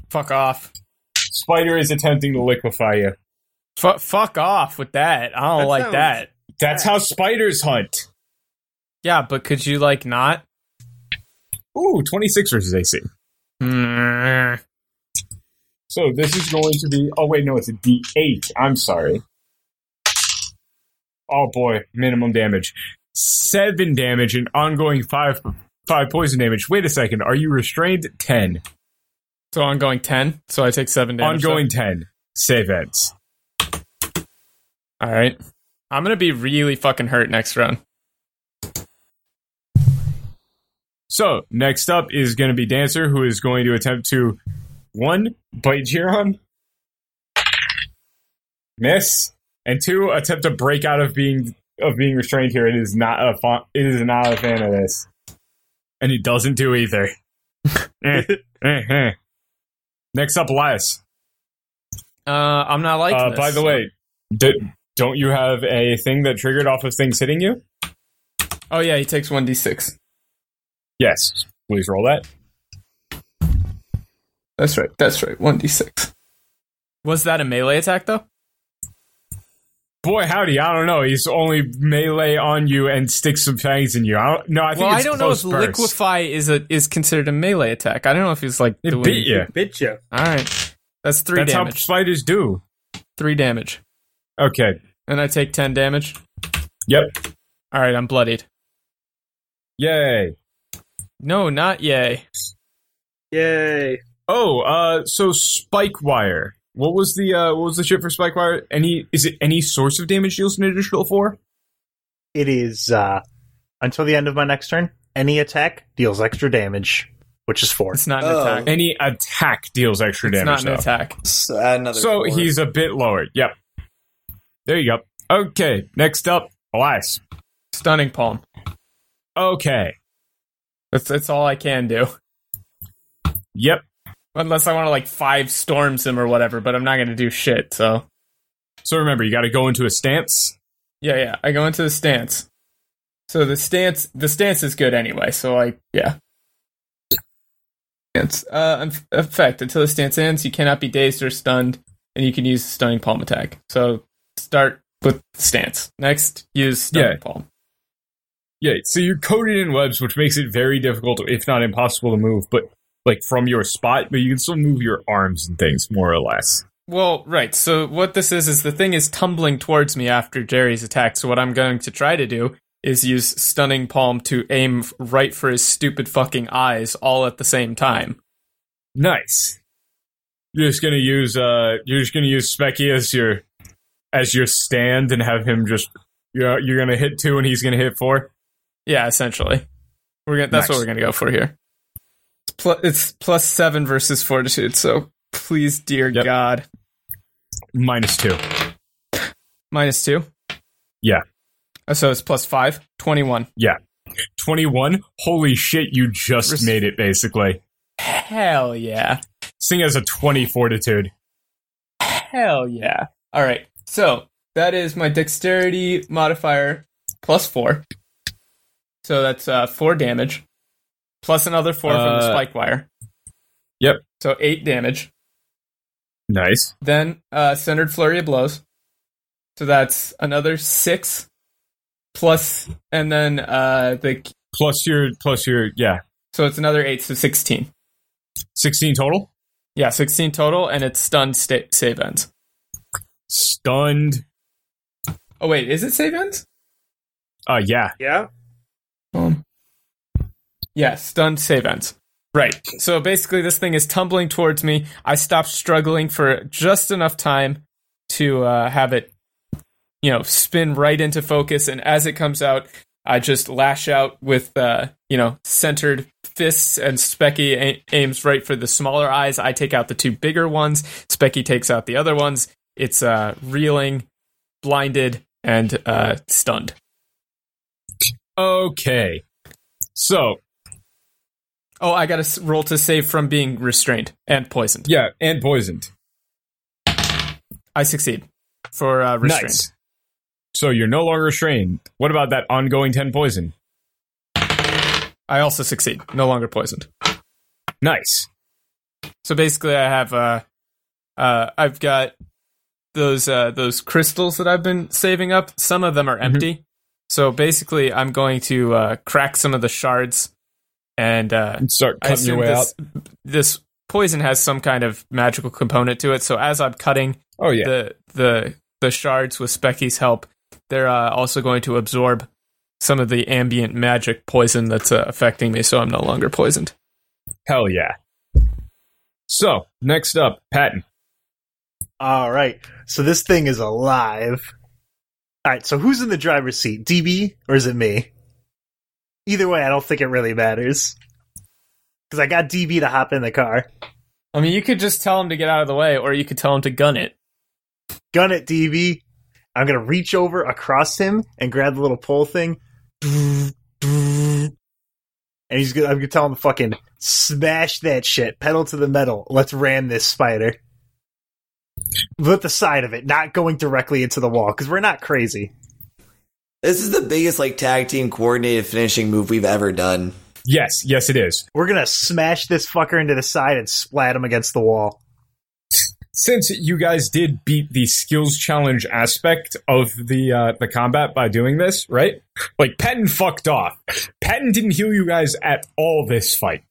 fuck off.
Spider is attempting to liquefy you.
F- fuck off with that. I don't
That
like
sounds-
that.
That's how spiders hunt.
Yeah, but could you like not?
Ooh, 26 versus AC.
Mm.
So this is going to be. Oh, wait, no, it's a D8. I'm sorry. Oh, boy. Minimum damage. Seven damage and ongoing five, five poison damage. Wait a second. Are you restrained? 10.
So ongoing ten. So I take seven damage.
ongoing 10. Save ends.
All right. I'm gonna be really fucking hurt next round.
So next up is going to be Dancer, who is going to attempt to one bite Jiron, miss, and two attempt to break out of being of being restrained here. It is not a fa- it is not a fan of this, and he doesn't do either. Eh, eh, eh. Next up, Elias.
Uh, I'm not like.
Uh,
this.
by the way, d- don't you have a thing that triggered off of things hitting you?
oh yeah, he takes one d six.
Yes. Please roll that.
That's right. That's right. One d six. Was that a melee attack though?
Boy, howdy! I don't know. He's only melee on you and sticks some fangs in you. I don't, no, I think
well, I
it's
don't know if
close first.
liquefy is a is considered a melee attack. I don't know if he's like
It
doing-
beat you.
Bitch, yeah.
All right, that's three
That's how
damage.
spiders do.
three damage,
Okay.
and I take ten damage.
Yep.
All right, I'm bloodied.
Yay.
No, not yay.
Yay.
Oh, uh, so spike wire. What was the uh, what was the shit for spike wire? Any is it any source of damage deals an additional four?
It is uh, until the end of my next turn. Any attack deals extra damage, which is four.
It's not an
Oh.
attack. It's
Any attack deals extra
not
damage.
an
though.
attack.
So, add another
So
four.
he's a bit lower. Yep. There you go. Okay. Next up, Elias.
Stunning palm.
Okay.
That's that's all I can do. <laughs>
Yep.
Unless I want to like five storms him or whatever, but I'm not gonna do shit. So
So remember, you got to go into a stance.
yeah, yeah. I go into the stance. So the stance, the stance is good anyway. So like, yeah. Stance. Uh, in f- effect until the stance ends, you cannot be dazed or stunned, and you can use the stunning palm attack. So start with stance. Next, use stunning
Yeah.
palm.
Yeah, so you're coated in webs, which makes it very difficult, if not impossible, to move. But like from your spot, but you can still move your arms and things more or less.
Well, right. So what this is is the thing is tumbling towards me after Jerry's attack. So what I'm going to try to do is use stunning palm to aim f- right for his stupid fucking eyes all at the same time.
Nice. You're just gonna use uh, you're just gonna use Specky as your as your stand and have him just you're you're gonna hit two and he's gonna hit four.
Yeah, essentially. We're gonna, that's what
Nice.
we're going to go for here. It's, pl- it's plus seven versus fortitude. So please, dear
Yep.
God,
Minus two.
minus two.
Yeah.
Uh, So it's plus five, 21.
Twenty one. Holy shit! You just
Res-
made it. Basically,
Hell yeah.
Sing has a twenty fortitude.
Hell yeah. All right. So that is my dexterity modifier plus four. So that's uh, four damage, plus another four from the
Uh,
spike wire.
yep.
So eight damage.
Nice.
Then uh, centered flurry of blows. So that's another six, plus, and then uh, the
Plus your plus your yeah
so it's another eight, so sixteen.
sixteen total.
Yeah, sixteen total, and it's stunned sta- save ends.
stunned.
Oh wait, is it save ends?
Uh, yeah.
Yeah?
Um, yeah, stunned save ends. Right. So basically, this thing is tumbling towards me. I stop struggling for just enough time to uh, have it, you know, spin right into focus. And as it comes out, I just lash out with, uh, you know, centered fists, and Specky a- aims right for the smaller eyes. I take out the two bigger ones. Specky takes out the other ones. It's uh, reeling, blinded, and uh, stunned.
Okay. So
Oh, I got to s- roll to save from being restrained and poisoned.
yeah, and poisoned.
I succeed for uh, restraint.
Nice. So you're no longer restrained. What about that ongoing ten poison?
I also succeed, no longer poisoned.
Nice.
So basically, I have uh, uh, I've got those uh, those crystals that I've been saving up. Some of them are
Mm-hmm.
empty. So basically, I'm going to uh, crack some of the shards, and uh,
And start
I
cutting your
assume
way
this,
out.
this poison has some kind of magical component to it. So as I'm cutting
Oh yeah.
the the the shards with Specky's help, they're uh, also going to absorb some of the ambient magic poison that's uh, affecting me, so I'm no longer poisoned.
Hell yeah. So next up, Patton.
All right. So this thing is alive. All right. So who's in the driver's seat? DB or is it me? Either way, I don't think it really matters. Because I got DB to hop in the car.
I mean, you could just tell him to get out of the way, or you could tell him to gun it.
Gun it, DB. I'm gonna reach over across him and grab the little pole thing. And he's gonna I'm gonna tell him to fucking smash that shit, pedal to the metal. Let's ram this spider. With the side of it, not going directly into the wall, because we're not crazy.
This is the biggest like tag team coordinated finishing move we've ever done.
Yes, yes, it is.
We're gonna smash this fucker into the side and splat him against the wall.
Since you guys did beat the skills challenge aspect of the uh, the combat by doing this, right? Like Patton fucked off. Patton didn't heal you guys at all this fight.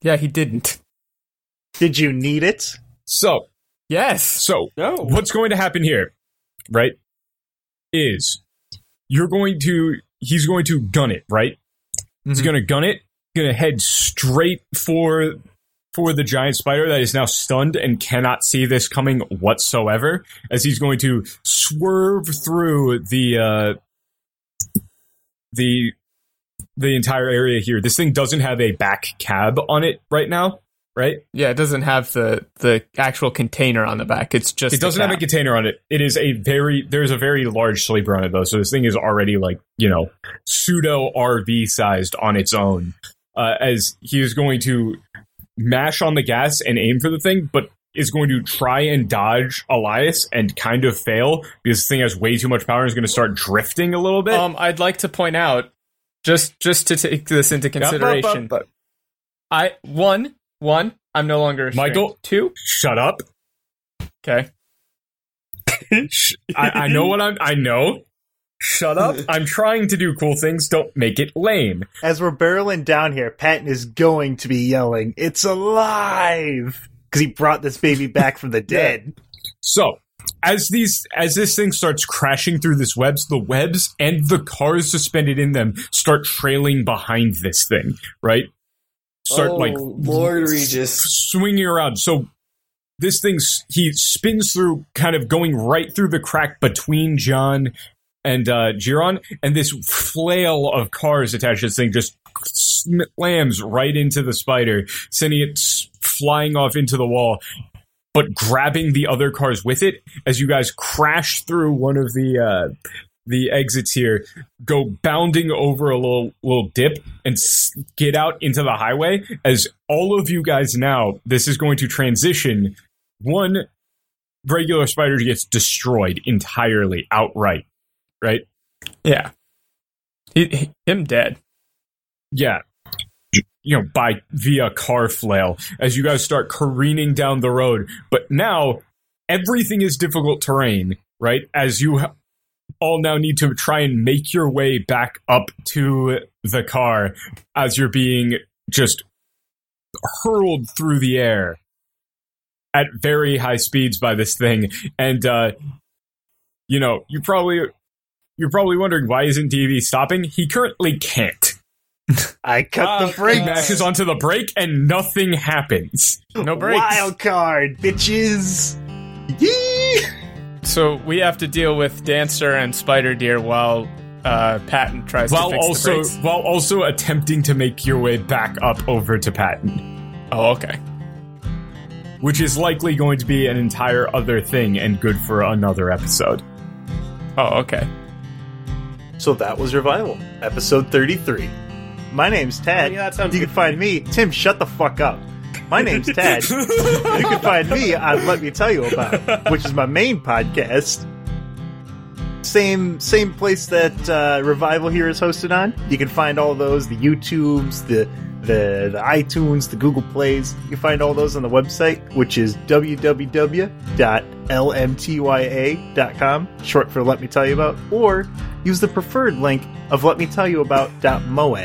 Yeah, he didn't.
Did you need it?
So,
Yes.
so
No.
what's going to happen here, right? Is you're going to he's going to gun it, right? He's
Mhm.
going to gun it. Going to head straight for for the giant spider that is now stunned and cannot see this coming whatsoever. As he's going to swerve through the uh, the the entire area here. This thing doesn't have a back cab on it right now, right?
Yeah, it doesn't have the the actual container on the back. It's just
It doesn't have a
cap.
container on it. It is a very there's a very large sleeper on it though, so this thing is already like you know pseudo RV sized on its own. Uh, as he is going to mash on the gas and aim for the thing, but is going to try and dodge Elias and kind of fail because this thing has way too much power and is going to start drifting a little bit.
Um, I'd like to point out just just to take this into consideration.
Up, up, up.
I one one. I'm no longer restrained.
Michael?
Two.
Shut up!
Okay.
I, I know what I'm. I know. <laughs> Shut up! I'm trying to do cool things. Don't make it lame.
As we're barreling down here, Patton is going to be yelling, It's alive! Because he brought this baby back from the dead.
So as these as this thing starts crashing through this webs, the webs and the cars suspended in them start trailing behind this thing, right? Start
oh,
like
Lord Regis.
swinging around. So this thing's he spins through, kind of going right through the crack between John and uh, Giron, and this flail of cars attached to this thing just slams right into the spider, sending it s- flying off into the wall. But grabbing the other cars with it as you guys crash through one of the uh, the exits here, go bounding over a little little dip and s- get out into the highway as all of you guys now this is going to transition one regular spider gets destroyed entirely outright right
Yeah. He, he- him dead.
yeah you know by via car flail as you guys start careening down the road but now everything is difficult terrain right as you ha- all now need to try and make your way back up to the car as you're being just hurled through the air at very high speeds by this thing and uh you know you probably you're probably wondering why isn't DV stopping he currently can't
I cut
uh,
the brakes.
He mashes onto the brake and nothing happens.
No breaks.
Wild card, bitches. Yee!
So we have to deal with Dancer and Spider Deer while uh, Patton tries to
While
fix the
also
brakes.
while also attempting to make your way back up over to Patton,
Oh, okay.
which is likely going to be an entire other thing and good for another episode.
Oh, okay.
So that was Revival, episode 33. My name's Tad.
Yeah, that sounds
you can find me, Tim, shut the fuck up. My name's Tad. you can find me on Let Me Tell You About, It, which is my main podcast. Same same place that uh, Revival here is hosted on. You can find all those, the YouTubes, the the, the iTunes, the Google Plays. You can find all those on the website, which is www.lmtya.com, short for Let Me Tell You About, or use the preferred link of Let Me Tell You About.moe.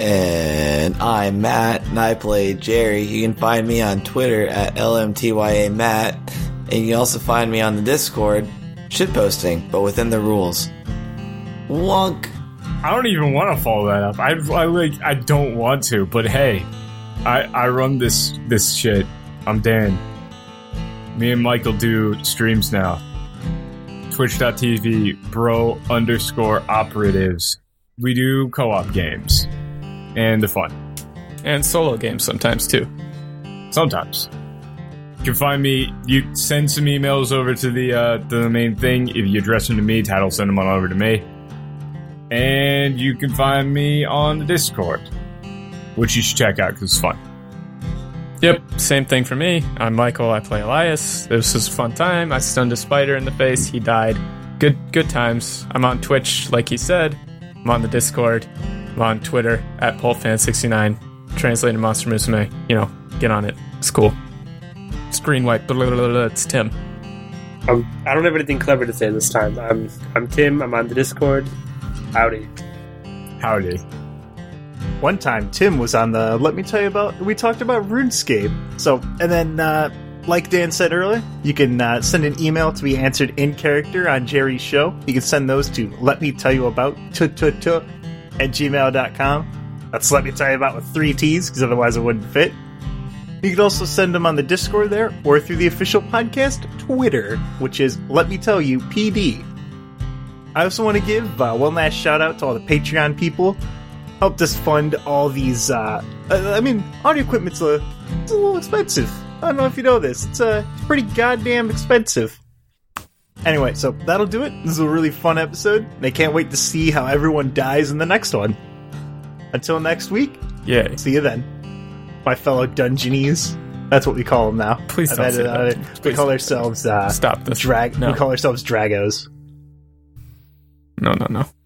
And I'm Matt, and I play Jerry. You can find me on Twitter at LMTYA Matt, and you can also find me on the Discord, shitposting, but within the rules. Wonk.
I don't even want to follow that up. I, I like I don't want to, but hey, I I run this this shit. I'm Dan. Me and Michael do streams now. Twitch.tv bro underscore operatives. We do co-op games and the fun
And solo games sometimes too.
sometimes. You can find me. You send some emails over to the uh, the main thing. If you address them to me, Tad will send them on over to me. And you can find me on the Discord, which you should check out because it's fun.
Yep, same thing for me. I'm Michael. I play Elias. This was a fun time. I stunned a spider in the face. He died. Good, good times. I'm on Twitch, like he said. I'm on the Discord. I'm on Twitter at PulpFan69. Translated Monster Musume. You know, get on it. It's cool. Screen wipe. Blah, blah, blah, blah. It's Tim.
I'm, Um, I don't have anything clever to say this time. I'm I'm Tim. I'm on the Discord. Howdy.
Howdy.
One time, Tim was on the. Let me tell you about. We talked about RuneScape. So, and then, uh, like Dan said earlier, you can uh, send an email to be answered in character on Jerry's show. You can send those to let me tell you about tut tut tut at gmail.com. That's let me tell you about with three T's, because otherwise it wouldn't fit. You can also send them on the Discord there or through the official podcast Twitter, which is let me tell you PD. I also want to give uh, one last shout out to all the Patreon people helped us fund all these. Uh, I I mean, audio equipment's a, it's a little expensive. I don't know if you know this. It's uh, it's pretty goddamn expensive. Anyway, so that'll do it. This is a really fun episode. and I can't wait to see how everyone dies in the next one. Until next week,
Yay.
see you then, my fellow dungeonies. That's what we call them now.
Please
I've
don't
added
say
on
that.
it. We
Please
call
don't.
ourselves uh,
Stop this.
drag.
No.
We call ourselves dragos.
No, no, no.